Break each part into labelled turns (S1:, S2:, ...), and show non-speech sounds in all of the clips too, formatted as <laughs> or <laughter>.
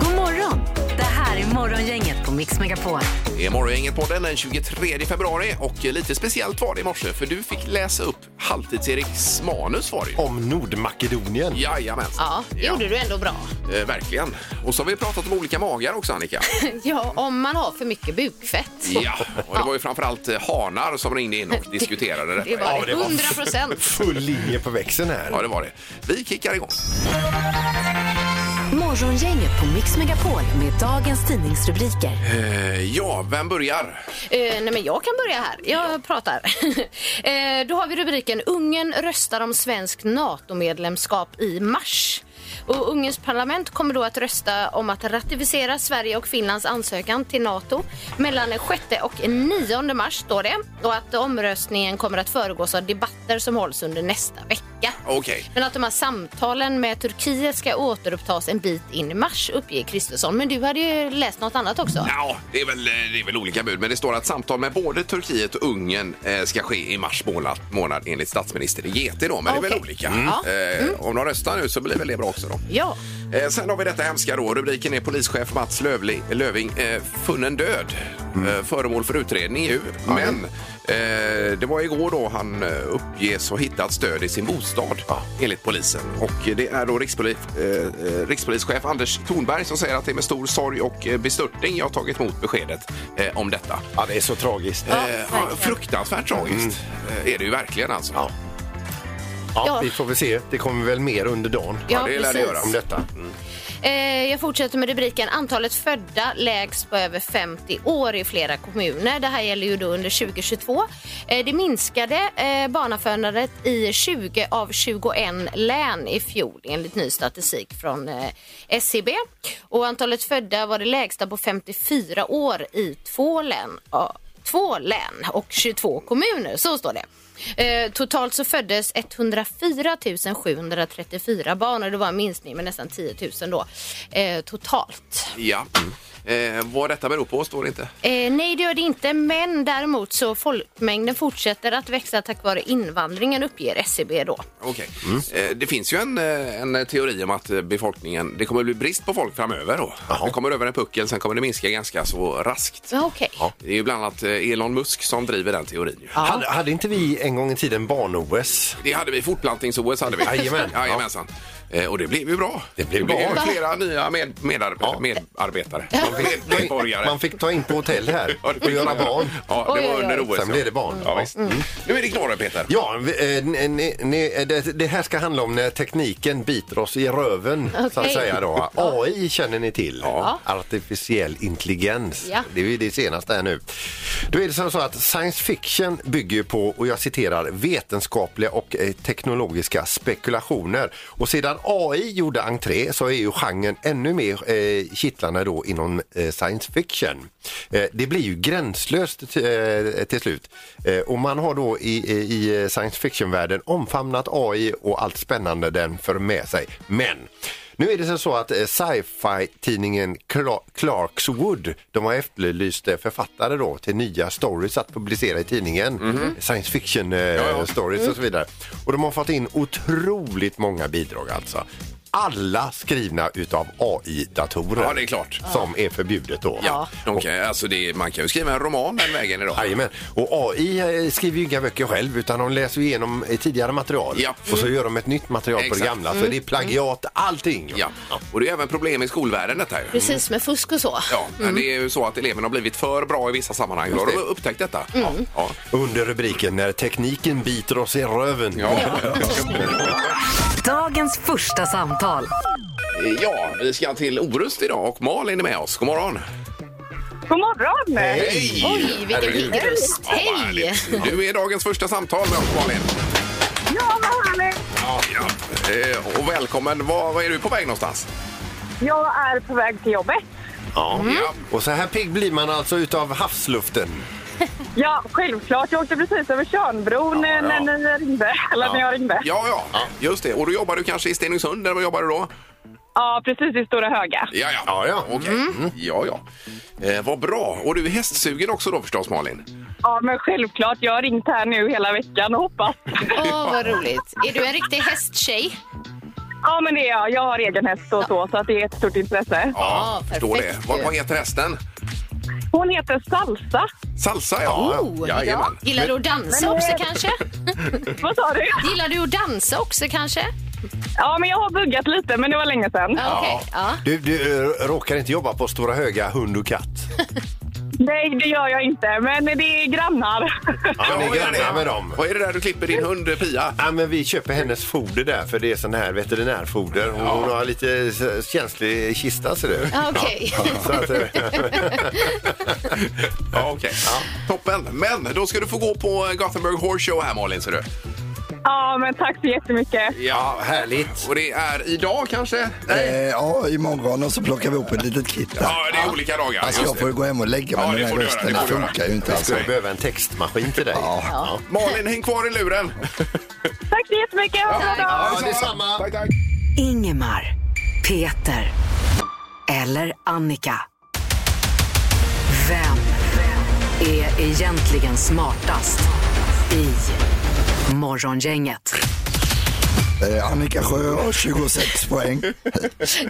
S1: God morgon! Det här är Morgongänget på Mix Megapol.
S2: Det är Morgongänget-podden den 23 februari och lite speciellt var det i morse för du fick läsa upp Halvtids-Eriks manus var det ju.
S3: om Nordmakedonien.
S2: Jajamensan.
S4: Ja, det gjorde du ändå bra.
S2: Eh, verkligen. Och så har vi pratat om olika magar också
S4: <laughs>
S2: Annika.
S4: Ja, om man har för mycket bukfett.
S2: Ja, och det var ju framförallt eh, hanar som ringde
S4: <laughs>
S2: in och diskuterade detta.
S4: Det var det. 100 procent.
S3: Full linje på växeln här.
S2: Ja, det var det. Vi kickar igång.
S1: Morgongänget på Mix Megapol med dagens tidningsrubriker.
S2: Eh, ja, vem börjar?
S4: Eh, nej, men jag kan börja här. Jag pratar. <laughs> eh, då har vi rubriken Ungern röstar om svensk NATO-medlemskap i mars. Och Ungerns parlament kommer då att rösta om att ratificera Sverige och Finlands ansökan till NATO mellan den 6 och 9 mars står det. Och att omröstningen kommer att föregås av debatter som hålls under nästa vecka.
S2: Okej.
S4: Men att de här samtalen med Turkiet ska återupptas en bit in i mars uppger Kristersson. Men du hade ju läst något annat också.
S2: Ja, det är, väl, eh, det är väl olika bud, men det står att samtal med både Turkiet och Ungern eh, ska ske i mars månad, månad enligt statsminister i GT då, men det är väl
S4: Okej. Mm.
S2: olika.
S4: Ja.
S2: Eh, Om de röstar nu så blir väl det bra också då.
S4: Ja.
S2: Eh, sen har vi detta hemska då. Rubriken är polischef Mats Lövli, Löving eh, funnen död. Eh, föremål för utredning ju. Men eh, det var igår då han eh, uppges ha hittat stöd i sin bostad enligt polisen. Och det är då rikspolis, eh, eh, rikspolischef Anders Thornberg som säger att det är med stor sorg och eh, bestörtning jag har tagit emot beskedet eh, om detta.
S3: Ja, det är så tragiskt.
S2: Eh, ja, fruktansvärt tragiskt eh, är det ju verkligen alltså.
S3: Ja. Ja,
S4: Ja.
S3: Vi får väl se. Det kommer väl mer under dagen
S4: Ja,
S2: det lär det
S4: precis.
S2: göra.
S3: om detta.
S4: Eh, jag fortsätter med rubriken Antalet födda lägst på över 50 år i flera kommuner. Det här gäller ju då under 2022. Eh, det minskade eh, barnafödandet i 20 av 21 län i fjol enligt ny statistik från eh, SCB. Och antalet födda var det lägsta på 54 år i två län. Ja, två län och 22 kommuner, så står det. Eh, totalt så föddes 104 734 barn och det var en minskning med nästan 10 000 då eh, totalt.
S2: Ja. Eh, vad detta beror på står det inte.
S4: Eh, nej, det gör det inte, men däremot så folkmängden fortsätter att växa tack vare invandringen uppger SCB då.
S2: Okej.
S3: Mm.
S2: Eh, Det finns ju en, eh, en teori om att eh, befolkningen, det kommer bli brist på folk framöver då. Det kommer över en puckel, sen kommer det minska ganska så raskt.
S4: Ja, okej.
S2: Det är ju bland annat eh, Elon Musk som driver den teorin. ju.
S3: Hade, hade inte vi en gång i tiden barn-OS?
S2: Det hade vi, fortplantnings-OS hade vi.
S3: Jajamän.
S2: Jajamensan. Eh, Och det blev ju bra.
S3: Det blev
S2: ju
S3: bra.
S2: flera nya med, medar, medarbetare. Med, medborgare.
S3: Man fick ta in på hotell
S2: <laughs>
S3: här
S2: Ja, det
S3: och
S2: fick
S3: göra
S2: man.
S3: barn.
S2: Ja, det
S4: Oj,
S2: var
S4: oj, oj.
S2: under OS.
S3: Sen
S2: ja.
S3: blev det barn. Mm.
S2: Ja, visst. Nu är det knorren, Peter.
S3: Ja, vi- eh, ne, ne, ne, eh, det, det här ska handla om när tekniken biter oss i röven. Så att
S4: Okej.
S3: säga då. AI känner ni till.
S2: Ja.
S3: Artificiell intelligens.
S4: Ja.
S3: Det är ju det senaste här nu. Då är det som så att science fiction bygger på, och jag citerar, vetenskapliga och eh, teknologiska spekulationer. Och sedan AI gjorde entré så är ju genren ännu mer eh, kittlande då inom eh, science fiction. Eh, det blir ju gränslöst t- eh, till slut. Eh, och man har då i, i- i science fiction-världen omfamnat AI och allt spännande den för med sig. Men nu är det så- så att eh, sci-fi-tidningen Cla- Clarkswood, de har efterlyst eh, författare då till nya stories att publicera i tidningen.
S2: Mhm.
S3: Science fiction eh, stories
S2: Mm.
S3: och så vidare. Och de har fått in otroligt många bidrag alltså. Alla skrivna utav AI-datorer.
S2: Ja, det är klart.
S3: Som är förbjudet då.
S2: Ja, de kan, alltså det, man kan ju skriva en roman den vägen idag.
S3: Jajamän. Och AI skriver ju inga böcker själv utan de läser ju igenom eh, tidigare material
S2: Ja.
S3: och så gör de ett nytt material på
S2: Exakt. Mm.
S3: det gamla. Så det är plagiat, allting.
S2: Ja. Och det är även problem i skolvärlden detta ju.
S4: Precis med fusk och så.
S2: Ja, men det är ju så att eleverna har blivit för bra i vissa sammanhang. Har de upptäckt detta? Ja.
S3: Under rubriken När tekniken biter oss i röven.
S2: Ja.
S1: Dagens första samtal.
S2: ja, vi ska till Orust idag och Malin är med oss. God morgon!
S5: God morgon!
S3: Hej!
S4: Oj, vilken
S3: Herregud.
S4: pigg röst.
S2: Ja, vad
S4: Hej!
S2: härligt. Du är dagens första samtal med oss, Malin.
S5: Ja, vad härligt!
S2: Ja. Eh, Och välkommen. Var, var är du på väg någonstans?
S5: Jag är på väg till jobbet.
S3: Ja. Och så här pigg blir man alltså utav havsluften.
S5: Ja, självklart. Jag åkte precis över Tjörnbron
S3: Ja,
S5: eh,
S3: ja.
S5: när ni ringde. <laughs> Eller när jag ringde. Ja,
S2: Ja, ja, just det. Och då jobbar du kanske i Stenungsund, eller vad jobbar du då?
S5: precis i Stora Höga.
S2: Ja, ja.
S3: Ja, ja.
S2: Okej. Mm. Ja, ja. Eh, vad bra. Och du är hästsugen också då förstås, Malin?
S5: Ja, men självklart. Jag har ringt här nu hela veckan och hoppas.
S4: Åh, vad roligt. Är du en riktig hästtjej?
S5: Ja, men det är jag. Jag har egen häst och så, så att det är ett stort intresse.
S2: Ja, förstår det.
S4: perfekt ju.
S2: Vad, vad heter hästen?
S5: Hon heter Salsa.
S2: Salsa, ja.
S4: Oh,
S2: Jajamän.
S4: Gillar du att dansa också kanske?
S5: Vad sa du?
S4: Gillar du att dansa också kanske?
S5: Ja, men jag har buggat lite, men det var länge sedan.
S4: Ja, Okej, ja.
S3: Du, du eh, råkar inte jobba på Stora Höga hund och katt?
S5: Nej, det gör jag inte, men det är grannar.
S3: Ja, ni är
S2: vad är
S3: grannar
S2: det?
S3: med dem.
S2: Vad är det där du klipper din hund, eh, Pia?
S3: Ja, men vi köper hennes foder där, för det är sån här veterinärfoder. Hon, hon har lite s- känslig kista, ser du.
S4: Ja,
S3: <laughs>
S4: Okej.
S3: Så att, eh,
S2: Ja, okej. Toppen. Men då ska du få gå på Gothenburg Horse Show här, Malin, ser du.
S5: Ja, men tack så jättemycket.
S3: ja, härligt.
S2: Och det är idag kanske?
S6: Eh, ja, imorgon och så plockar vi upp ett litet kit där.
S2: Ja, det är olika dagar.
S6: Alltså
S2: just
S6: jag får
S2: det.
S6: ju gå hem och lägga mig
S2: Ja,
S6: med
S2: det
S6: den här
S2: får du göra,
S6: rösten.
S2: det
S6: Den
S2: får du göra.
S6: funkar ju inte
S3: Vi
S6: alls.
S3: skulle behöva en textmaskin till dig.
S6: Alltså. Ja.
S2: Malin, häng kvar i luren.
S5: Tack så jättemycket. Ha en bra dag.
S3: Ja, detsamma.
S2: Tack, tack.
S1: Ingemar, Peter eller Annika. Vem är egentligen smartast i Morgongänget?
S6: Eh, Annika Sjö har 26 poäng.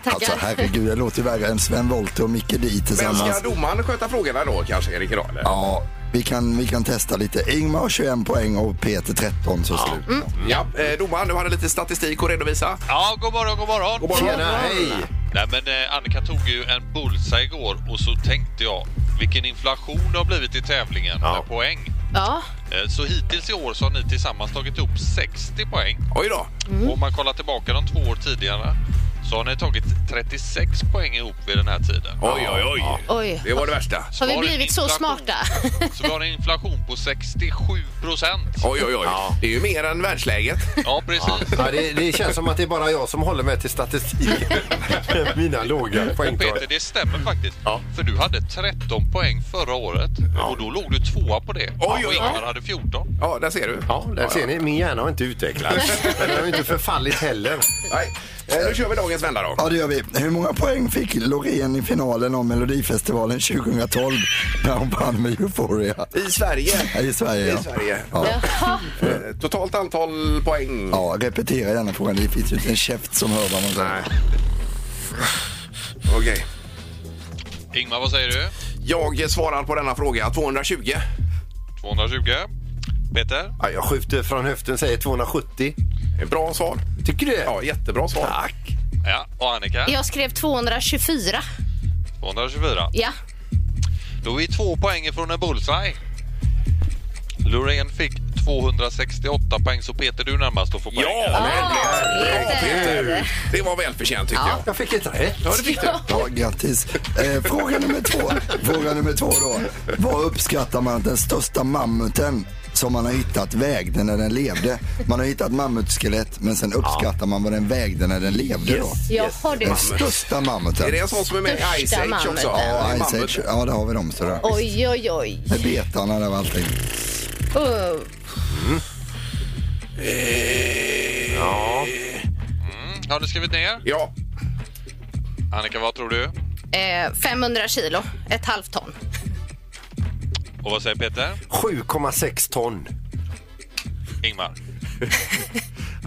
S6: Alltså herregud, jag låter ju värre än Sven Wollter och Micke alltså. Di
S2: Men ska
S6: tillsammans.
S2: domaren sköta frågorna då kanske, Erik? Idag, eller?
S6: Ja, vi kan, vi kan testa lite. Ingmar har 21 poäng och Peter 13 så slutar.
S2: Ja, eh, domaren, du hade lite statistik att redovisa.
S7: Ja, god morgon, god morgon.
S2: God morgon.
S3: Tjena, hej.
S7: Nej, men eh, Annika tog ju en bullseye igår och så tänkte jag vilken inflation det har blivit i tävlingen
S3: Ja.
S7: med poäng.
S4: Ja.
S7: Eh, Så hittills i år så har ni tillsammans tagit upp 60 poäng.
S2: Oj då.
S6: Mm.
S7: Och om man kollar tillbaka de två år tidigare så har ni tagit 36 poäng ihop vid den här tiden.
S2: Oj, oj, oj.
S4: Oj.
S2: Det var det värsta.
S4: Har vi
S7: Var det
S4: blivit så
S7: inflation?
S4: smarta?
S7: Så vi har en inflation på 67 procent.
S2: Oj, oj, oj. Det är ju mer än världsläget.
S4: <laughs>
S7: Ja, precis.
S3: Ja, det, det känns som att det är bara jag som håller med till statistiken. <laughs> Mina låga poängtal.
S7: Peter, det stämmer faktiskt. För du hade 13 poäng förra året och då låg du tvåa på det.
S2: oj, oj.
S7: Och Ingmar hade 14.
S2: Ja, där ser du.
S3: Ja, där ser ni. Min hjärna har inte utvecklats. Men den har ju inte förfallit heller.
S2: Nej. Eh, Nu kör vi dagens vända då.
S6: Ja, det gör vi. Hur många poäng fick Loreen i finalen av Melodifestivalen 2012 när hon vann med Euphoria?
S2: I Sverige.
S6: Ja, I Sverige,
S2: I
S6: ja.
S2: Sverige.
S6: Ja.
S2: Eh, Totalt antal poäng.
S6: ja, repetera gärna frågan. Det finns ju inte en käft som hör vad man säger.
S2: Nej. Okej.
S7: Ingmar, vad säger du?
S2: Jag svarar på denna fråga 220.
S7: 220. Peter?
S3: Ja, jag skjuter från höften, säger 270.
S2: Bra svar.
S3: Tycker du det?
S2: Ja, jättebra svar.
S3: Tack.
S7: Ja. Och Annika?
S4: Jag skrev 224.
S7: 224.
S4: Ja.
S7: Då är vi två poäng från en bullseye. Loreen fick 268 poäng, så Peter du är närmast att få poäng.
S2: Ja, men det,
S4: Peter.
S2: bra, Peter. det var välförtjänt tycker jag.
S3: Jag fick ett rätt.
S2: Ja, det fick du.
S6: Ja, grattis. Eh, fråga nummer två. Fråga nummer två då. Vad uppskattar man att den största mammuten som man har hittat vägde när den levde? Man har hittat mammutskelett men sen uppskattar man vad den vägde när den levde då.
S4: Jaha, du.
S6: Den största mammuten.
S2: Är det en sån som är med i Ice
S4: Största
S2: Age också?
S4: mammuten.
S6: Ja,
S2: det är
S6: Ice Age.
S2: mammuten.
S6: ja, där har vi dem sådär.
S4: Oj, oj, oj.
S6: Med betarna där och allting.
S4: Oh.
S7: Mm, har du skrivit ner?
S2: Ja,
S7: Annika, vad tror du?
S4: Eh, 500 kilo, ett halvt ton.
S7: Och vad säger Peter?
S3: 7,6 ton.
S7: Ingmar?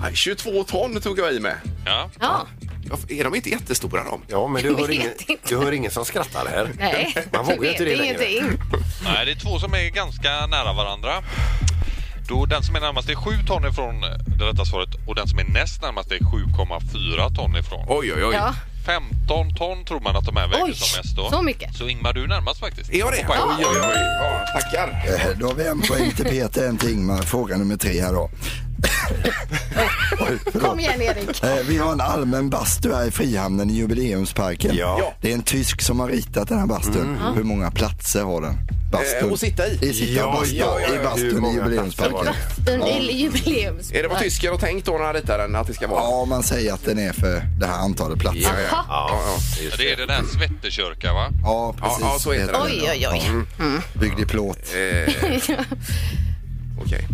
S2: Nej, 22 ton tog jag i med.
S7: Ja.
S4: Ja,
S2: Varför- Är de inte jättestora de?
S3: Ja, men du hör,
S4: vet
S3: ingen,
S4: inte.
S3: du hör ingen som skrattar här.
S4: nej.
S3: Man
S4: Du
S3: vågar ju inte det
S4: vet
S3: längre.
S4: ingenting.
S7: Nej, det är två som är ganska nära varandra. Då den som är närmast är 7 ton ifrån det rätta svaret och den som är näst närmast är 7,4 ton ifrån.
S2: Oj, oj, oj.
S4: Ja.
S7: 15 ton tror man att de här
S4: Oj,
S7: väger som mest då.
S4: så mycket.
S7: Så Ingmar, du är närmast faktiskt.
S2: Är jag det?
S7: På poäng.
S2: Oj, oj, oj. Ja, tackar.
S6: Eh, Då har vi en poäng till Peter, en till Ingmar. Fråga nummer tre här då.
S4: Kom igen Erik.
S6: Eh, Vi har en allmän bastu här i Frihamnen i Jubileumsparken.
S3: Ja.
S6: Det är en tysk som har ritat den här bastun. Hur många platser har den? Bastun.
S2: Eh, att sitta i?
S6: I sitta
S3: Ja,
S6: bastu,
S3: ja, ja,
S6: i
S3: hur
S6: bastun
S3: många
S6: i Jubileumsparken.
S3: platser
S4: En ja. jubileums...
S2: Är det vad tysken har tänkt då när han ritade den att det ska vara?
S6: Ja, man säger att den är för det här antalet platser. Ja,
S2: ja. ja, ja. just
S7: Det är den här Svettekörka va?
S6: precis.
S2: Ja, ja, Eh. så heter den.
S4: Oj, oj, oj.
S6: Ja, Mm. Byggd i plåt.
S2: Okej.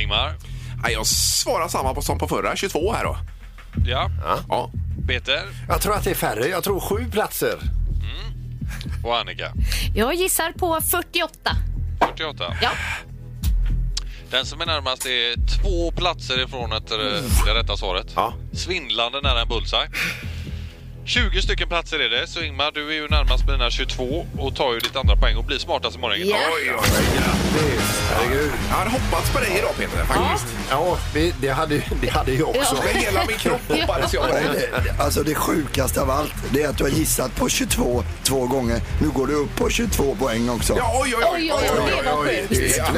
S7: Ingmar?
S2: Nej, jag svarar samma på, som på förra, 22 här då.
S7: Ja.
S2: Ja.
S7: Peter?
S3: Jag tror att det är färre. Jag tror sju platser.
S7: Och Annika?
S4: Jag gissar på 48.
S7: 48?
S4: Ja.
S7: Den som är närmast är två platser ifrån ett, eh, det rätta svaret.
S2: Ja.
S7: Svindlande nära en bullseye. 20 stycken platser är det, så Ingmar du är ju närmast med dina 22 och tar ju ditt andra poäng och blir smartast i morgon.
S4: Ja.
S2: Oj, oj, oj. Grattis. Herregud. Jag hade hoppats på dig idag Peter, faktiskt.
S3: Ja, vi- det hade, det hade jag också.
S2: Med hela min kropp hoppades jag på
S6: Nej,
S2: dig.
S6: det- Alltså det sjukaste av allt, det är att du har gissat på 22 två gånger. Nu går du upp på 22 poäng också.
S2: Ja, oj, oj, oj.
S4: Oj, oj, oj, det var sjukt.
S2: Det är-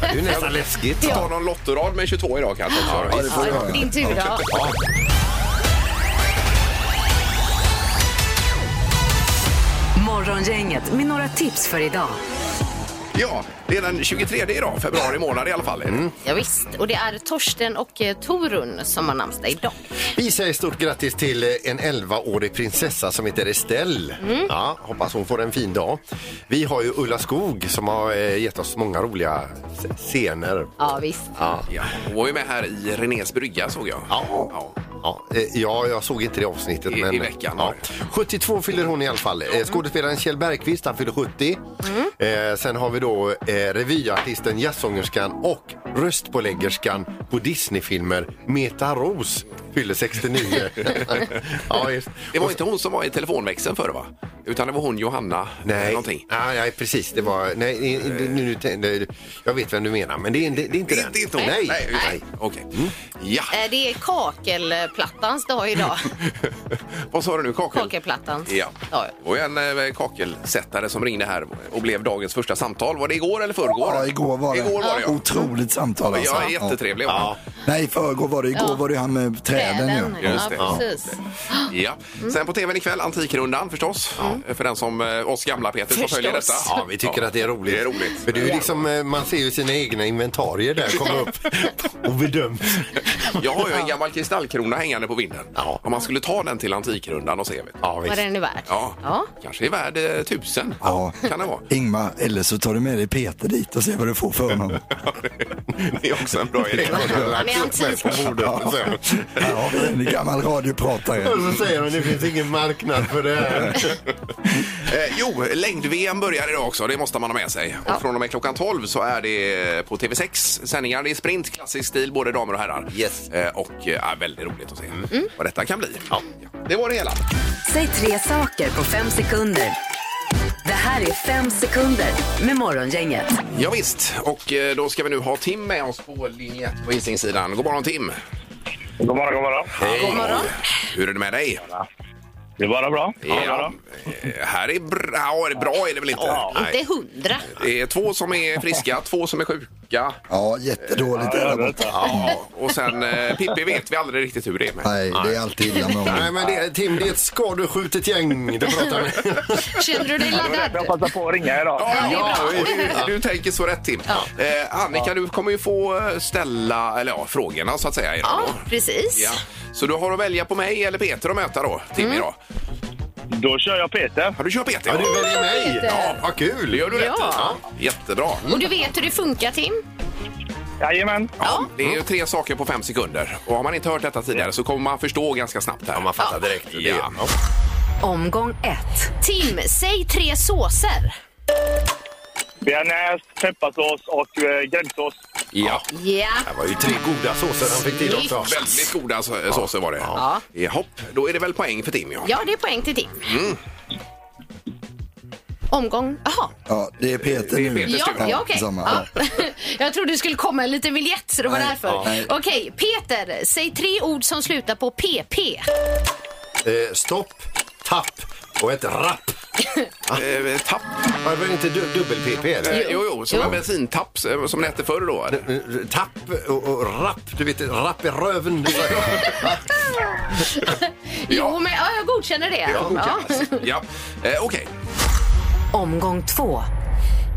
S3: Det är ju nästan läskigt.
S2: Ta någon lottorad med 22 idag kanske också.
S6: Ja, det får du göra.
S4: Din tur då.
S1: Morgongänget med några tips för idag.
S2: Ja, det är den 23 idag, februari månad i alla fall.
S3: Mm.
S4: Ja, visst. och det är Torsten och eh, Torun som har namnsdag idag.
S3: Vi säger stort grattis till eh, en 11-årig prinsessa som heter Estelle.
S2: Mm.
S3: Ja, hoppas hon får en fin dag. Vi har ju Ulla Skog som har eh, gett oss många roliga s- scener.
S4: Ja, visst.
S3: Ja.
S2: Ja, hon var ju med här i Renés brygga såg jag. Ja.
S3: Ja, eh, ja, jag såg inte det avsnittet.
S2: I-
S3: men,
S2: i veckan,
S3: Ja.
S2: var
S3: 72 fyller hon i alla fall. Eh, Skådespelaren Kjell Bergqvist, han fyller 70. Eh, sen har vi då eh, revyartisten, jazzsångerskan och röstpåläggerskan på Disneyfilmer, Meta Rose, fyller
S2: <laughs>
S3: 69. ja, just.
S2: Det var inte hon som var i telefonväxeln förr va? Utan det var hon Johanna eh,
S3: Nej,
S2: någonting.
S3: Ah, nej precis. Det var, nej, i- i- nu, nu, nu, jag vet vem du menar, men det, är- det, det är inte den.
S2: Inte, inte hon.
S3: Nej, Mm.
S2: Nej,
S3: nej.
S2: Okej. Ja,
S4: Eh, Det är kakelplattans
S2: <laughs>
S4: dag idag.
S2: vad sa du nu? Kakel?
S4: Kakelplattans
S2: Ja.
S4: dag.
S2: Det var ju en eh, kakelsättare som ringde här och blev dagens första samtal. Var det igår eller förrgår?
S6: Ja, igår var det.
S2: Igår var det, ja.
S6: Otroligt samtal alltså.
S2: Ja, jättetrevlig var han.
S6: Ja. Nej, i förrgår var det. Igår
S4: Ja.
S6: var det han med träden ju.
S4: ja.
S2: Just det.
S4: precis.
S2: Ja. Sen på tvn ikväll, Antikrundan förstås. För den som eh, oss gamla Peter som
S4: Förstås.
S2: följer detta.
S3: Ja, vi tycker att det är roligt.
S2: Det är roligt.
S3: För det är ju liksom, eh, man ser ju sina egna inventarier där komma upp <laughs> och <laughs> bedöms.
S2: Jag har ju en gammal kristallkrona hängande på vinden.
S3: Ja.
S2: Om man skulle ta den till Antikrundan och se. Vet. du.
S3: Ja,
S4: Vad
S3: visst.
S4: den är värd.
S2: Ja.
S4: Ja.
S2: kanske är värd eh, tusen.
S6: Ja.
S2: Kan det vara. <laughs>
S6: Ingmar, eller så tar du med dig Peter dit och ser vad du får för
S2: <laughs>
S6: honom.
S2: Det är också en bra idé.
S4: Han är antik.
S6: Ja. Här har vi en gammal radiopratare.
S3: Och så säger de, det finns ingen marknad för det här.
S2: Eh, jo, längd-VM börjar idag också. Det måste man ha med sig. Och Från och med klockan 12 så är det eh, på TV6 sändningar. Det är sprint, klassisk stil, både damer och herrar.
S3: Yes.
S2: Eh, och eh, är väldigt roligt att se vad detta kan bli. Ja. Det var det hela.
S1: Säg tre saker på fem sekunder. Det här är fem sekunder med Morgongänget.
S2: Ja, visst. och eh, då ska vi nu ha Tim med oss på linje 1 på Hisingssidan. God morgon Tim!
S8: God morgon, god morgon.
S2: God morgon. Hur är det med dig?
S8: Det är bara bra.
S2: Ja, eh, här är bra, ja, det är bra är det väl inte? Nej.
S4: Inte hundra.
S2: Det är två som är friska, två som är sjuka.
S6: Ja, jättedåligt är det borta.
S2: Ja, och sen eh, Pippi vet vi aldrig riktigt hur det är med.
S6: Nej, det är alltid illa med
S3: Nej,
S6: honom.
S3: men det, Tim, det är ett skadeskjutet gäng. Det pratar vi.
S4: Känner du dig
S8: Jag
S4: laddad?
S8: passar på att ringa idag.
S2: Ja, du- du tänker så rätt Tim. Eh, Annika, du kommer ju få eh, ställa eller, ja, frågorna så att säga. idag
S4: Ja,
S2: då.
S4: precis.
S2: Ja. Så du har att välja på mig eller Peter att möta då, Tim
S4: Mm.
S2: idag.
S8: Då kör jag Peter.
S2: Ja, du kör Peter.
S3: Ja,
S2: idag.
S3: du väljer mig. Ja, vad
S2: Det
S3: kul. Mm.
S2: gör du rätt i.
S4: Ja.
S2: Jättebra.
S4: Och du vet hur det funkar, Tim?
S8: Jajamän.
S2: Ja, det är ju tre saker på fem sekunder. Och har man inte hört detta tidigare så kommer man förstå ganska snabbt här. Ja, man
S3: fattar direkt. Det-
S2: Ja.
S1: Omgång ett.
S4: Tim, säg tre såser.
S8: Bearnaise, pepparsås och eh, gräddsås.
S2: Ja.
S4: Ja.
S3: <laughs> Det var ju tre goda såser han fick till också.
S2: Väldigt goda så- såser var det.
S4: Ja.
S2: Jahopp, då är det väl poäng för Tim ja.
S4: Ja, det är poäng till Tim.
S2: Mm.
S4: Omgång... Jaha.
S6: Ja, det är Peter
S2: Det är
S6: nu.
S2: Peter.
S4: Ja,
S2: Stugland.
S4: ja, okej.
S6: Samma,
S4: Ja. <laughs> Jag trodde det skulle komma en liten viljett, så det var
S6: Nej,
S4: därför.
S6: ja. Nej.
S4: Okej, Peter, säg tre ord som slutar på PP.
S3: Eh, stopp, tapp och ett rapp.
S2: Eh, tapp.
S3: Var det inte du, dubbel-PP? eller?
S2: Eh, Jo, jo, som en bensintapp eh, som det hette förr då. eller?
S3: Eh, Tapp och, och rapp, du vet, rapp i röven.
S4: Jo, men ja, jag godkänner det.
S2: Ja,
S4: Ja.
S2: Ja, eh, okej.
S1: Omgång två.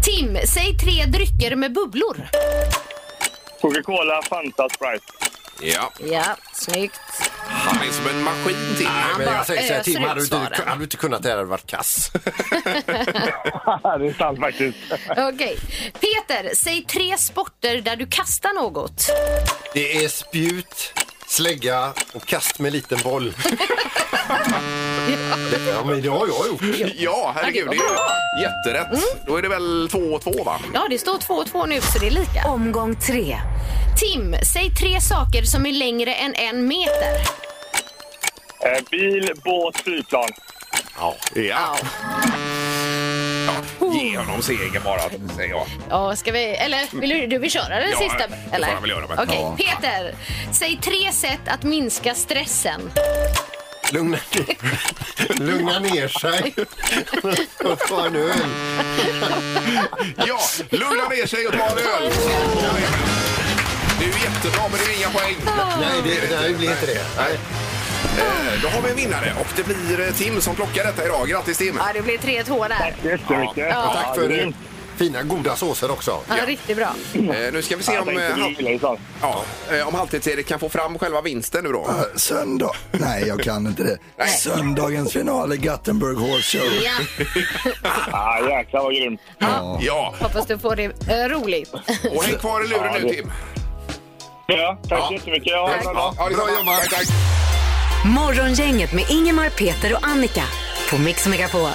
S4: Tim, säg tre drycker med bubblor.
S8: Coca-Cola, Fanta, Sprite.
S2: Ja,
S4: Ja, snyggt.
S2: han är som en maskin till.
S3: Nej, men
S4: bara
S3: jag säger så här,
S4: öser
S3: Tim,
S4: ut
S3: hade du, inte,
S4: svaren.
S3: hade du inte kunnat det här hade du varit kass. <laughs>
S8: det är sant faktiskt.
S4: Okej. Peter, säg tre sporter där du kastar något.
S3: Det är spjut, slägga och kast med liten boll. Det- <laughs> ja, men det har jag gjort.
S2: Ja, herregud, det Mm. är ju jätterätt. Då är det väl 2-2 va?
S4: Ja, det står 2-2 nu så det är lika.
S1: Omgång tre.
S4: Tim, säg tre saker som är längre än en meter.
S8: Eh, bil, båt, flygplan.
S2: Ja. ja. Ge honom seger bara, säger jag.
S4: Ja, ska vi... Eller vill du, du vill köra den
S2: Ja,
S4: sista?
S2: det får
S4: Eller?
S2: jag väl göra, men-
S4: Okej,
S2: Ja.
S4: Peter. Säg tre sätt att minska stressen.
S3: Lugna ner, lugna ner <laughs> sig och ta en öl.
S2: Ja, lugna ner sig och ta en öl. Det är ju jättebra, men det är inga poäng.
S3: Nej, det, nej, det blir inte det. Nej.
S2: Eh, Då har vi en vinnare och det blir eh, Tim som plockar detta idag. Grattis Tim!
S4: Ja, det blir 3-2 där.
S8: Jättemycket.
S3: Och Tack för eh, fina goda såser också.
S4: Ja, riktigt bra.
S2: Eh, Nu ska vi se om, eh,
S8: Jag
S2: hal-
S8: tänkte du gillar det.
S2: ja, eh, om Halvtids-Erik kan få fram själva vinsten nu då.
S6: Ö, Söndag. Nej, jag kan inte det. Söndagens final är Gothenburg Horse Show.
S4: <laughs> Ja,
S8: Ah, jäklar vad grymt.
S2: Ja,
S4: hoppas du får det eh, roligt.
S2: och häng kvar i luren nu Tim.
S8: Ja, tack så jättemycket. Ja, ha en bra dag.
S2: Ja, det är bra jobbat! Tack, tack.
S1: Morgongänget med Ingemar, Peter och Annika på Mix Megapol.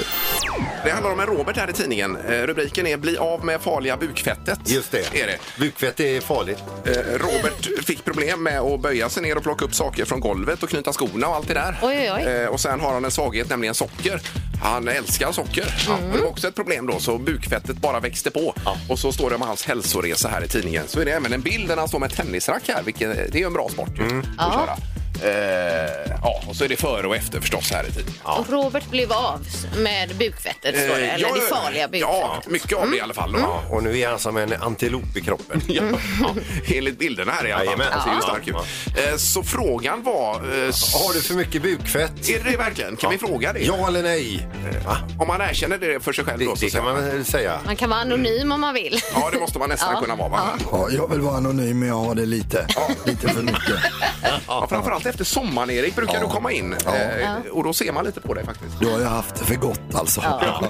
S2: Det handlar om en Robert här i tidningen. Eh, Rubriken är Bli av med farliga bukfettet.
S3: Just det.
S2: Är det.
S3: Bukfett är farligt.
S2: Eh, Robert fick problem med att böja sig ner och plocka upp saker från golvet och knyta skorna och allt det där.
S4: Oj, oj, oj.
S2: Eh, Och sen har han en svaghet, nämligen socker. Han älskar socker.
S4: Mm.
S2: Ja, och det var också ett problem då, så bukfettet bara växte på. Och så står det om hans hälsoresa här i tidningen. Så är det även en bild där han står med tennisrack här, vilket det är ju en bra sport ju, att köra. Eh, ja, och så är det före och efter förstås här i tidningen.
S4: Och Robert blev av med bukfettet, står det.
S2: Eh,
S4: Eller
S2: ja,
S4: det farliga Mm.
S2: Ja,
S4: bukfettet.
S2: mycket av det i alla fall. då.
S3: Ja, och nu är han som en antilop i kroppen.
S2: Ja, ja, enligt bilderna här i alla fall.
S3: Jajamän.
S2: Han ser ju
S3: Ja.
S2: stark ut. Eh, Så frågan var... eh, s-
S3: Har du för mycket bukfett?
S2: Är det det verkligen? Kan vi fråga det?
S3: Ja eller nej? Eh, Va?
S2: Om man erkänner det för sig själv
S3: Det,
S2: då, så
S3: det kan
S2: säger
S3: man
S2: man...
S3: väl säga.
S4: Man kan vara anonym om man vill. <laughs>
S2: Ja, det måste man nästan kunna vara. Va?
S6: Ja, jag vill vara anonym, men jag har det lite. Lite för mycket.
S2: Ja, framförallt efter sommaren, Erik, brukar du komma in. Eh, Och då ser man lite på dig faktiskt.
S6: Då har jag haft det för gott alltså.
S3: Ja,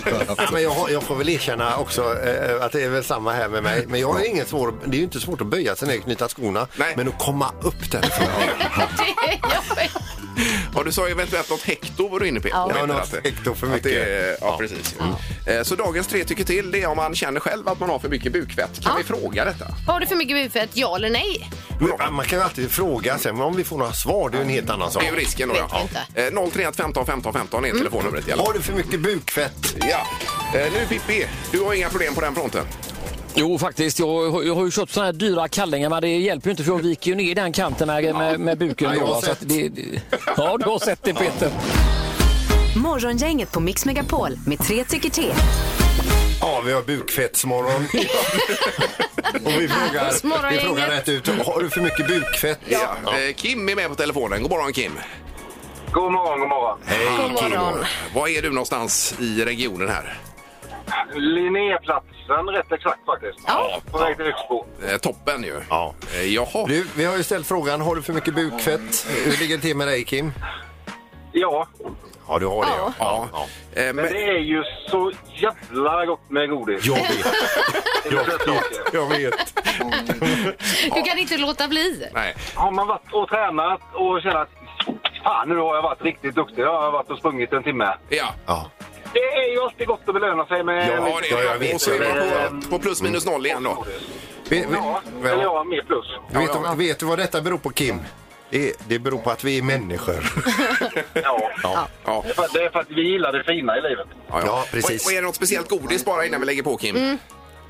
S3: men jag, har- jag får väl erkänna också eh, att det är väl samma här med mig. Men jag är ingen svår, det är ju inte svårt att böja sig ner och knyta skorna.
S2: Nej.
S3: Men att komma upp därifrån.
S4: Det är jobbigt.
S2: Ja, du sa ju eventuellt något hekto var du inne på.
S4: Ja.
S2: Jag vet
S3: Ja,
S2: inte
S3: något
S2: att det-
S3: hekto för
S2: att
S3: mycket. Mm.
S2: det är- Ja, precis. Eh, Så dagens tre tycker till, det är om man känner själv att man har för mycket bukfett. Kan
S4: Ja.
S2: vi fråga detta?
S4: Har du för mycket bukfett? Ja eller nej?
S3: Men Man kan ju alltid fråga sen men om vi får några svar. Det är ju en helt annan sak.
S2: Det är ju risken då.
S4: Vet
S2: Ja.
S4: inte. Mm.
S2: Eh, 031 15 15 15 är telefonnumret i alla fall.
S3: Har du för mycket bukfett?
S2: Ja. Eh, Nu Pippi, du har inga problem på den fronten.
S9: Jo, faktiskt. Jag, har- jag har ju köpt såna här dyra kallingar, men det hjälper ju inte för jag viker ju ner den kanten med, med, med buken.
S3: Ja, jag har
S9: då, va, så
S3: sett.
S9: att det, det, ja, du har sett det Peter.
S1: Morgongänget på Mix Megapol med tre tycker till.
S3: Ja, vi har bukfettsmorgon. och vi frågar, vi
S4: Morgongänget.
S3: frågar rätt ut. Har du för mycket bukfett?
S2: Ja. Eh, Kim är med på telefonen. God morgon Kim.
S8: God morgon, god morgon.
S4: God morgon.
S2: Var är du någonstans i regionen här?
S8: Linnéplatsen, rätt exakt faktiskt.
S4: Ja.
S8: På väg till Lyxbo.
S2: Eh, toppen ju.
S3: Ja.
S2: Eh, jaha.
S3: Du, vi har ju ställt frågan, har du för mycket bukfett? Hur ligger det till med dig Kim?
S8: Ja,
S3: Ja, du har det ja.
S2: Ja. Eh, men,
S8: men det är ju så jävla gott med godis.
S3: Jag vet,
S8: Det är gott saker.
S3: jag vet.
S4: Du kan inte låta bli.
S2: nej.
S8: Har man varit och tränat och känt att fan, nu har jag varit riktigt duktig. Jag har varit och sprungit en timme.
S2: Ja.
S3: Ja.
S8: Det är ju alltid gott att belöna sig med
S3: Ja,
S2: Ja, det är
S3: jag
S2: det.
S3: vet.
S2: Och så är
S8: Mm.
S2: man på, på plus minus noll igen då.
S3: Vi, vi,
S8: Ja,
S3: ja.
S8: eller ja, mer plus.
S3: Vet, du, vet du vad detta beror på Kim? Det, det beror på att vi är människor.
S8: Ja.
S2: Ja,
S8: Det är för att- Det är för att vi gillar det fina i livet.
S2: ja,
S3: Ja, precis.
S2: Och, och är det något speciellt godis bara innan vi lägger på Kim?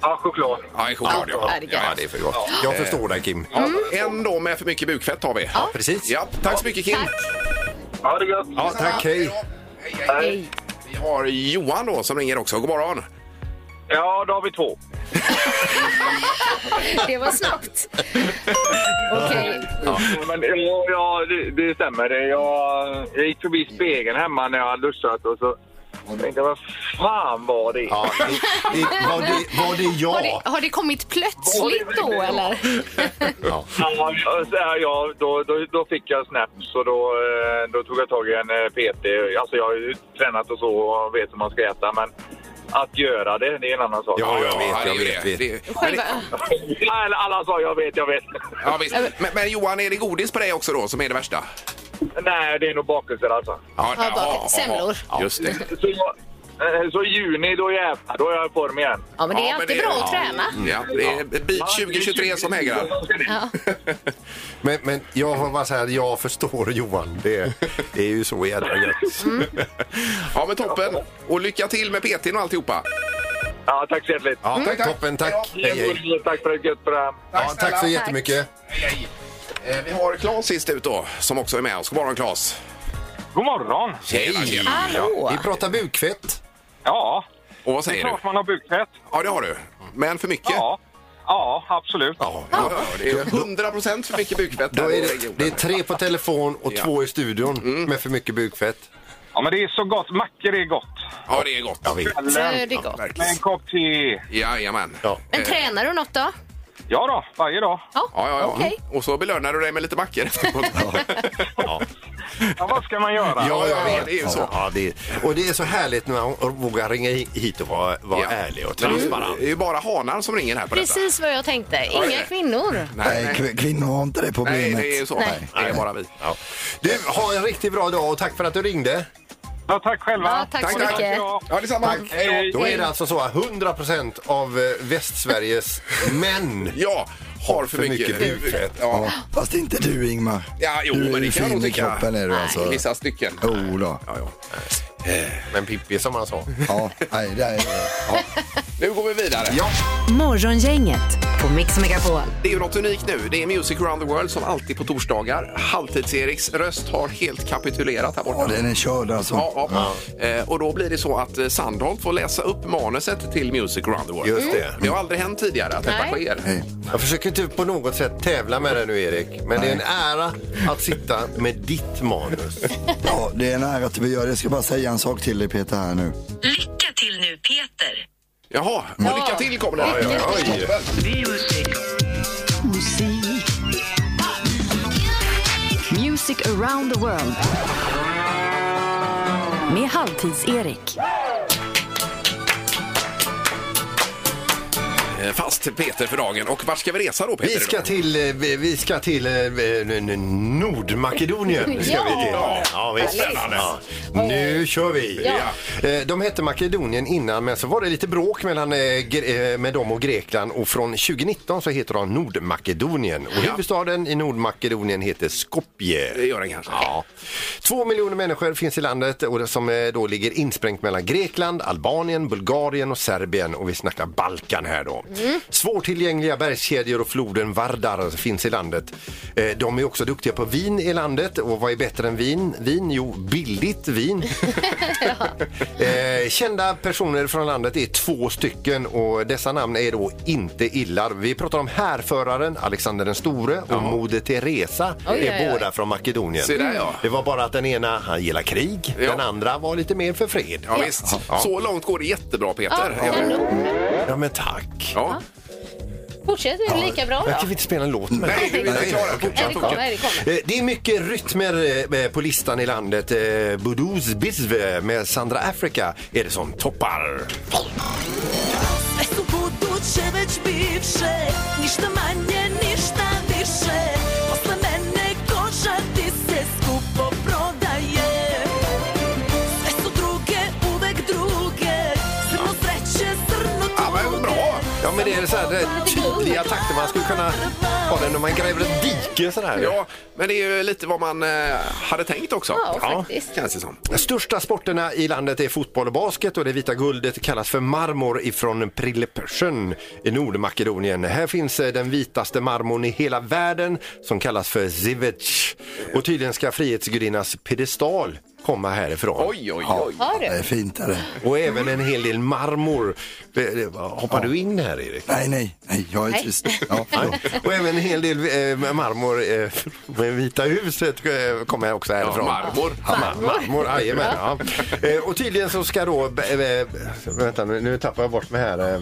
S8: Ja, choklad.
S2: Ja, i choklad ja.
S4: Mm. Ja, det är gött. Mm.
S2: Ja, det är för gott.
S3: Jag förstår dig Kim.
S2: Ja. En då med för mycket bukfett har vi.
S3: Precis.
S2: Ja, tack så mycket Kim.
S4: Tack.
S8: Ja, det är gött.
S3: Ja, tack, hej.
S2: Hej, då. hej. hej. Vi har Johan då som ringer också. God morgon!
S8: Ja, då har vi två.
S4: <laughs> Det var snabbt. Okej.
S8: Ja. Men, ja, ja, det, det stämmer. Jag, jag gick förbi spegeln hemma när jag hade duschat och så tänkte jag, vad fan var det?
S3: Ja, det, var, det, var det
S4: Har, det, har det kommit plötsligt då eller?
S3: Ja.
S8: så här, ja, då, då, då fick jag snaps och då, eh, då tog jag tag i en eh, PT. Alltså jag har ju tränat och så och vet hur man ska äta men att göra det, det är en annan sak.
S2: Ja, jag vet, jag vet. vet. Det-
S4: Själva,
S8: Ja, eller alla sa jag vet, jag vet. <laughs>
S2: Ja, visst. Men, men Johan, är det godis på dig också då som är det värsta?
S8: Nej, det är nog bakelser alltså.
S2: Ja,
S4: bara semlor.
S2: ja, Just det.
S8: Så, jag- eh, så i juni, då jävlar, då är jag i form igen.
S4: ja, men det är
S2: Ja, men
S4: alltid
S2: det-
S4: bra att
S2: ja.
S4: träna.
S2: Ja, det är bit 2023 som hägrar.
S4: Ja.
S3: Men, men jag har bara så här, jag förstår Johan. Det, det är ju så jädra gött.
S4: Mm.
S2: Ja, men toppen. Och lycka till med PT'n och alltihopa.
S8: Ja, tack så hjärtligt.
S3: Ja, Toppen, tack. Hej, hej.
S8: Tack för ett gött program.
S3: Ja, tack så
S2: snälla.
S3: jättemycket.
S2: Hej, hej. Eh, Vi har Claes sist ut då, som också är med oss. God morgon Claes!
S8: God morgon!
S2: Tjena, tjena.
S4: Hallå!
S3: Vi pratar bukfett.
S8: Ja,
S2: Och vad
S8: det är
S2: säger du?
S8: klart man har bukfett.
S2: Ja, det har du. Men för mycket?
S8: Ja. ja, absolut.
S2: Ja, ja, det är 100 procent för mycket bukfett
S3: Då
S2: här
S3: är
S2: i
S3: det,
S2: regionen.
S3: det är tre på telefon och
S2: Ja.
S3: två i studion med för mycket bukfett.
S8: Ja, men det är så gott. Mackor är gott.
S2: Ja, det är gott.
S3: Jag vet.
S4: Så
S8: eh,
S4: det är gott.
S8: Med en
S2: Verkligen.
S8: kopp te.
S2: Jajamän.
S3: Ja.
S4: Men tränar du något då?
S8: Ja då, varje dag.
S4: Ja,
S2: Ja, ja, ja.
S4: okej.
S2: Och så belönar du dig med lite mackor efteråt.
S8: Ja, vad ska man göra?
S2: Ja, jag vet. Det är ju så.
S3: Ja, det är, och det är så härligt när man vågar ringa hit och vara, vara ärlig och transparent.
S2: Det är ju bara hanar som ringer här på detta.
S4: Precis vad jag tänkte.
S2: det är
S4: Inga
S2: det.
S4: kvinnor.
S2: Nej,
S6: Nej,
S2: nej.
S6: kv- kvinnor har inte det
S2: nej,
S6: problemet.
S2: det är ju så.
S4: Nej.
S2: Det är bara vi.
S3: Ja. Du, ha en riktigt bra dag och tack för att du ringde.
S8: Ja, tack själva.
S4: Ja, tack så
S2: Tack, tack.
S4: mycket.
S2: Ja, detsamma.
S3: Tack.
S2: Hej då.
S3: Då är det alltså så att 100% av eh, <laughs> Västsveriges män
S2: Ja, har för,
S3: För
S2: mycket
S3: mycket bukfett.
S2: Ja.
S6: Ja, fast inte du Ingmar.
S2: Ja, jo,
S6: du
S2: men
S6: är
S2: det
S6: ju
S2: kan jag
S6: fin
S2: nog
S6: i
S2: tycka.
S6: kroppen är du alltså.
S2: I vissa stycken.
S6: Jo då.
S2: Ja, ja.
S3: Men Pippi som han sa.
S6: Ja, nej, det är...
S2: Ja. Nu går vi vidare.
S1: Morgongänget på Mix Megapol.
S2: Det är ju något unikt nu. Det är Music around the world som alltid på torsdagar. Halvtids-Eriks röst har helt kapitulerat här borta.
S6: Ja, den är körd alltså.
S2: Ja, ja. Eh, och då blir det så att eh, Sandholt får läsa upp manuset till Music around the world.
S3: Just det.
S2: Det har aldrig hänt tidigare att detta
S4: Nej.
S2: sker.
S6: Nej.
S3: Jag försöker inte på något sätt tävla med dig nu Erik, men det är en ära att sitta med ditt manus.
S6: Ja, det är en ära att vi gör det. Jag ska bara säga en sak till dig Peter här nu.
S1: Lycka till nu Peter.
S2: Jaha, och lycka till kommer det.
S3: Ja, ja, ja, oj.
S1: Music around the world. Med Halvtids-Erik.
S2: Eh, Fast Peter för dagen. Och vart ska vi resa då Peter?
S3: Vi ska
S2: idag?
S3: till, eh, vi vi ska till eh, n- n- Nordmakedonien. Ska vi till.
S4: Ja. Eh.
S3: Ja, visst. Ja. Nu kör vi. Eh, De hette Makedonien innan men så var det lite bråk mellan, eh, gre- eh, med dem och Grekland och från 2019 så heter de Nordmakedonien. Och huvudstaden i Nordmakedonien heter Skopje.
S2: Det gör den kanske.
S3: Ja. Två miljoner människor finns i landet och det som eh, då ligger insprängt mellan Grekland, Albanien, Bulgarien och Serbien och vi snackar Balkan här då. Svårtillgängliga bergskedjor och floden Vardar finns i landet. Eh, De är också duktiga på vin i landet och vad är bättre än vin? Vin? Jo, billigt vin. Eh, kända personer från landet är två stycken och dessa namn är då inte illa. Vi pratar om härföraren Alexander den store och Moder Teresa
S4: Oj,
S3: är
S4: oj, oj.
S3: båda från Makedonien.
S2: Se där, ja.
S3: Mm. Det var bara att den ena han gillar krig,
S2: Ja.
S3: den andra var lite mer för fred.
S2: Ja, visst. Så långt går det jättebra Peter.
S4: Ja, kanon.
S3: Ja, men tack.
S2: Ja.
S4: Fortsätt, det är lika bra.
S3: Jag kan vi inte spela en låt med
S2: Nej, vi är inte klara.
S4: Nej,
S2: Fortsätt,
S4: det
S2: fortsätt.
S4: kommer. Det kommer.
S3: Eh, Det är mycket rytmer eh, på listan i landet. Eh, Boudous Bizve med Sandra Africa är det som toppar.
S2: Ja, men bra.
S3: Ja, men det är så här, det är tydliga takter. eh, Man skulle kunna ha den när man gräver ett dike sådär.
S2: Ja, men det är ju lite vad man eh, hade tänkt också.
S3: Ja, faktiskt.
S2: Känns det som.
S3: De största sporterna i landet är fotboll och basket och det vita guldet kallas för marmor ifrån Prilipsjön i Nordmakedonien. Här finns eh, den vitaste marmorn i hela världen som kallas för Zivec. Och tydligen ska Frihetsgudinnas piedestal komma härifrån.
S2: Oj, oj,
S6: oj. Ja, det är fint, är det.
S3: Och även en hel del marmor. Eh, Hoppar du in här Erik?
S6: Nej, nej, nej, jag är
S3: Nej.
S6: tyst. Ja, förlåt.
S3: och även en hel del eh, marmor eh, med Vita huset eh, kommer också härifrån.
S2: Ja, marmor.
S3: Ja, ma- marmor, jajamän. Ja. Eh, och tydligen så ska då... Eh, eh, vänta, nu nu tappar jag bort mig här. Eh,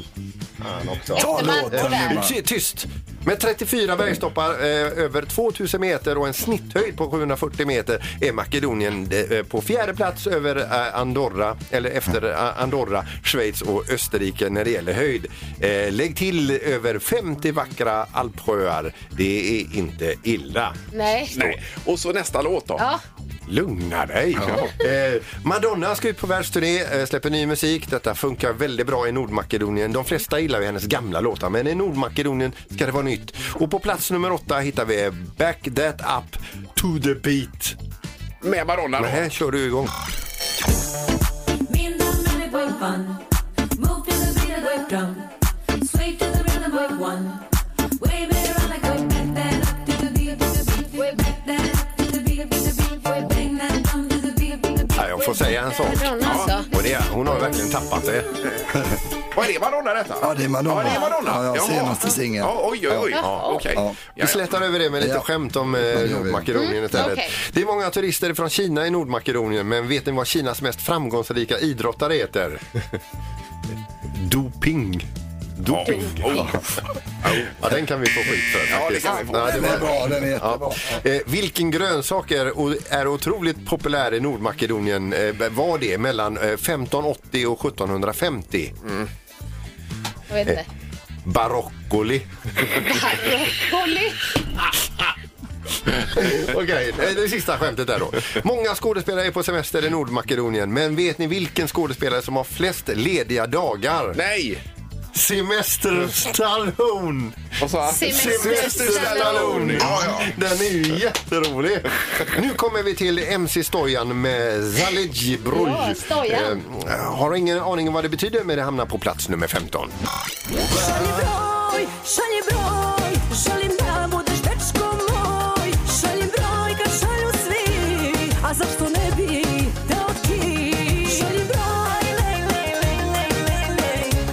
S3: fan också.
S6: Ta låten nu,
S3: Eh,
S6: man.
S3: ty- Tyst! Med 34 bergstoppar, eh, över 2000 meter och en snitthöjd på 740 meter är Makedonien eh, på fjärde plats över eh, Andorra, eller efter eh, Andorra, Schweiz och Österrike när det gäller höjd. Eh, lägg till över 50 vackra alpsjöar. Det är inte illa.
S4: Nej.
S2: Nej. Och så nästa låt då.
S4: Ja.
S3: Lugna dig! <laughs> Eh, Madonna ska ut på världsturné, eh, släpper ny musik. Detta funkar väldigt bra i Nordmakedonien. De flesta gillar ju hennes gamla låtar, men i Nordmakedonien ska det vara nytt. Och på plats nummer åtta hittar vi Back That Up To The Beat.
S2: Med Madonna då.
S3: Men här kör du igång. Ja, jag får säga en sak.
S4: Madonna
S3: Ja,
S4: alltså.
S3: och det, är- hon har verkligen tappat det.
S2: Vad är det Madonna detta?
S6: Ja, det är Madonna.
S2: Ja, det är Madonna.
S6: Ja, ja,
S2: Jaha.
S6: senaste singeln.
S2: Ja, oj, oj, oj.
S3: Ja.
S2: Okej.
S6: Ja.
S3: Vi slätar över det med lite
S6: Ja.
S3: skämt om eh,
S6: vi.
S3: Nordmakedonien
S4: Mm,
S3: istället.
S4: okej.
S3: Det är många turister från Kina i Nordmakedonien, men vet ni vad Kinas mest framgångsrika
S6: <laughs>
S3: idrottare heter? Doping. Doping.
S2: Oj.
S3: Ja, den kan vi få skit för.
S2: Oh. Ja, det
S3: faktiskt.
S2: kan vi få.
S3: Ja,
S6: Den är bra, den är jättebra.
S3: Eh, vilken grönsak är, o- är otroligt populär i Nordmakedonien? Eh, var det mellan eh, 1580 och 1750?
S2: Mm.
S4: Jag vet inte.
S3: Baroccoli.
S2: Eh.
S4: Broccoli.
S3: Okej, eh, det sista skämtet där då. Många skådespelare är på semester i Nordmakedonien, men vet ni vilken skådespelare som har flest lediga dagar?
S2: Nej!
S3: Semester Stallone!
S2: Och så
S4: Semester
S2: Stallone. Ja, ja.
S3: Den är ju jätterolig. Nu kommer vi till MC Stojan med Zalidji Broj.
S4: Ja, Stojan.
S3: Eh, har ingen aning om vad det betyder, men det hamnar på plats nummer 15.
S10: alltså,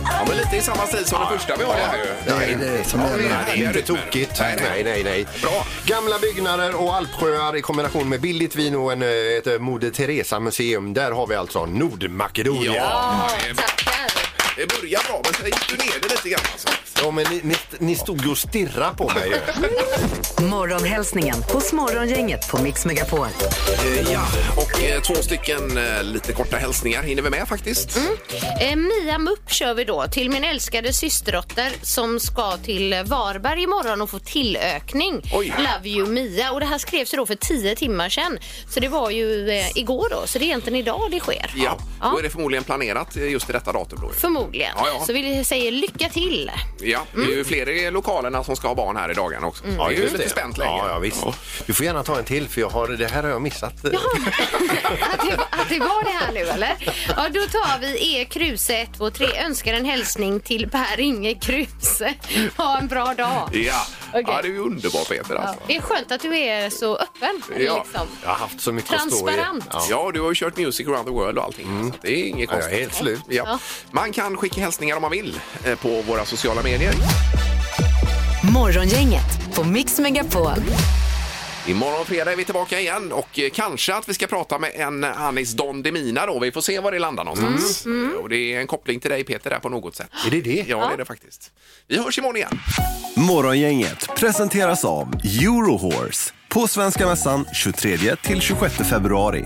S2: Ja, men lite i samma stil som den första vi har här ju.
S6: Nej, det är som
S2: Ja,
S6: är
S2: det
S6: med.
S2: är
S3: Inte
S2: rytmer.
S3: tokigt.
S2: Nej,
S3: Nej,
S2: nej.
S3: nej, nej.
S2: Bra.
S3: Gamla byggnader och alpsjöar i kombination med billigt vin och en, eh, ett eh, Moder Teresa-museum. Där har vi alltså Nordmakedonien.
S2: Ja, eh,
S4: Tackar.
S2: det börjar bra, men sen gick du ner det lite grann alltså.
S3: Ja, men ni, ni, ni stod ju och stirrade på
S2: <laughs>
S3: mig.
S1: Morgonhälsningen hos Morgongänget på Mix Megapol.
S2: Eh, Ja, och eh, två stycken eh, lite korta hälsningar hinner vi med faktiskt.
S4: Eh, Mia Mupp kör vi då till min älskade systerdotter som ska till eh, Varberg imorgon och få tillökning.
S2: Oj.
S4: Love you Mia. Och det här skrevs ju då för tio timmar sedan. Så det var ju eh, igår då. Så det är egentligen idag det sker.
S2: Ja, då är det förmodligen planerat eh, just i detta datum då. ju.
S4: Förmodligen.
S2: Ja, ja.
S4: Så vi säger lycka till.
S2: Ja, det är ju fler i lokalerna som ska ha barn här i dagarna också. Ja, det är ju lite spänt läge.
S3: Ja, ja, visst. Du får gärna ta en till, för jag har, det här har jag missat.
S4: <laughs> att, det, var- att det var det här nu eller? Ja, då tar vi E. Kruse 123. Önskar en hälsning till Per-Inge Kruse. Ha en bra dag.
S2: Ja.
S4: Okej.
S2: ja, det är ju underbart Peter alltså.
S4: Det är skönt att du är så öppen.
S2: Ja.
S4: Liksom.
S3: Jag har haft så mycket
S4: Transparent.
S3: att stå i. Ja. Mm.
S2: Ja, du har ju kört Music around the world och allting. Så att det är inget
S3: Ja, jag är
S2: konstigt.
S3: helt slut.
S2: Ja. Man kan skicka hälsningar om man vill eh, på våra sociala medier.
S1: Morgongänget på Mix Megapol.
S2: Imorgon fredag är vi tillbaka igen och eh, kanske att vi ska prata med en eh, Anis Don Demina då. Vi får se var det landar någonstans. Och det är en koppling till dig Peter där på något sätt.
S3: Är det det?
S2: Mm. Ja, det är det faktiskt. Vi hörs imorgon igen.
S11: Morgongänget presenteras av Eurohorse på Svenska Mässan 23-26 februari.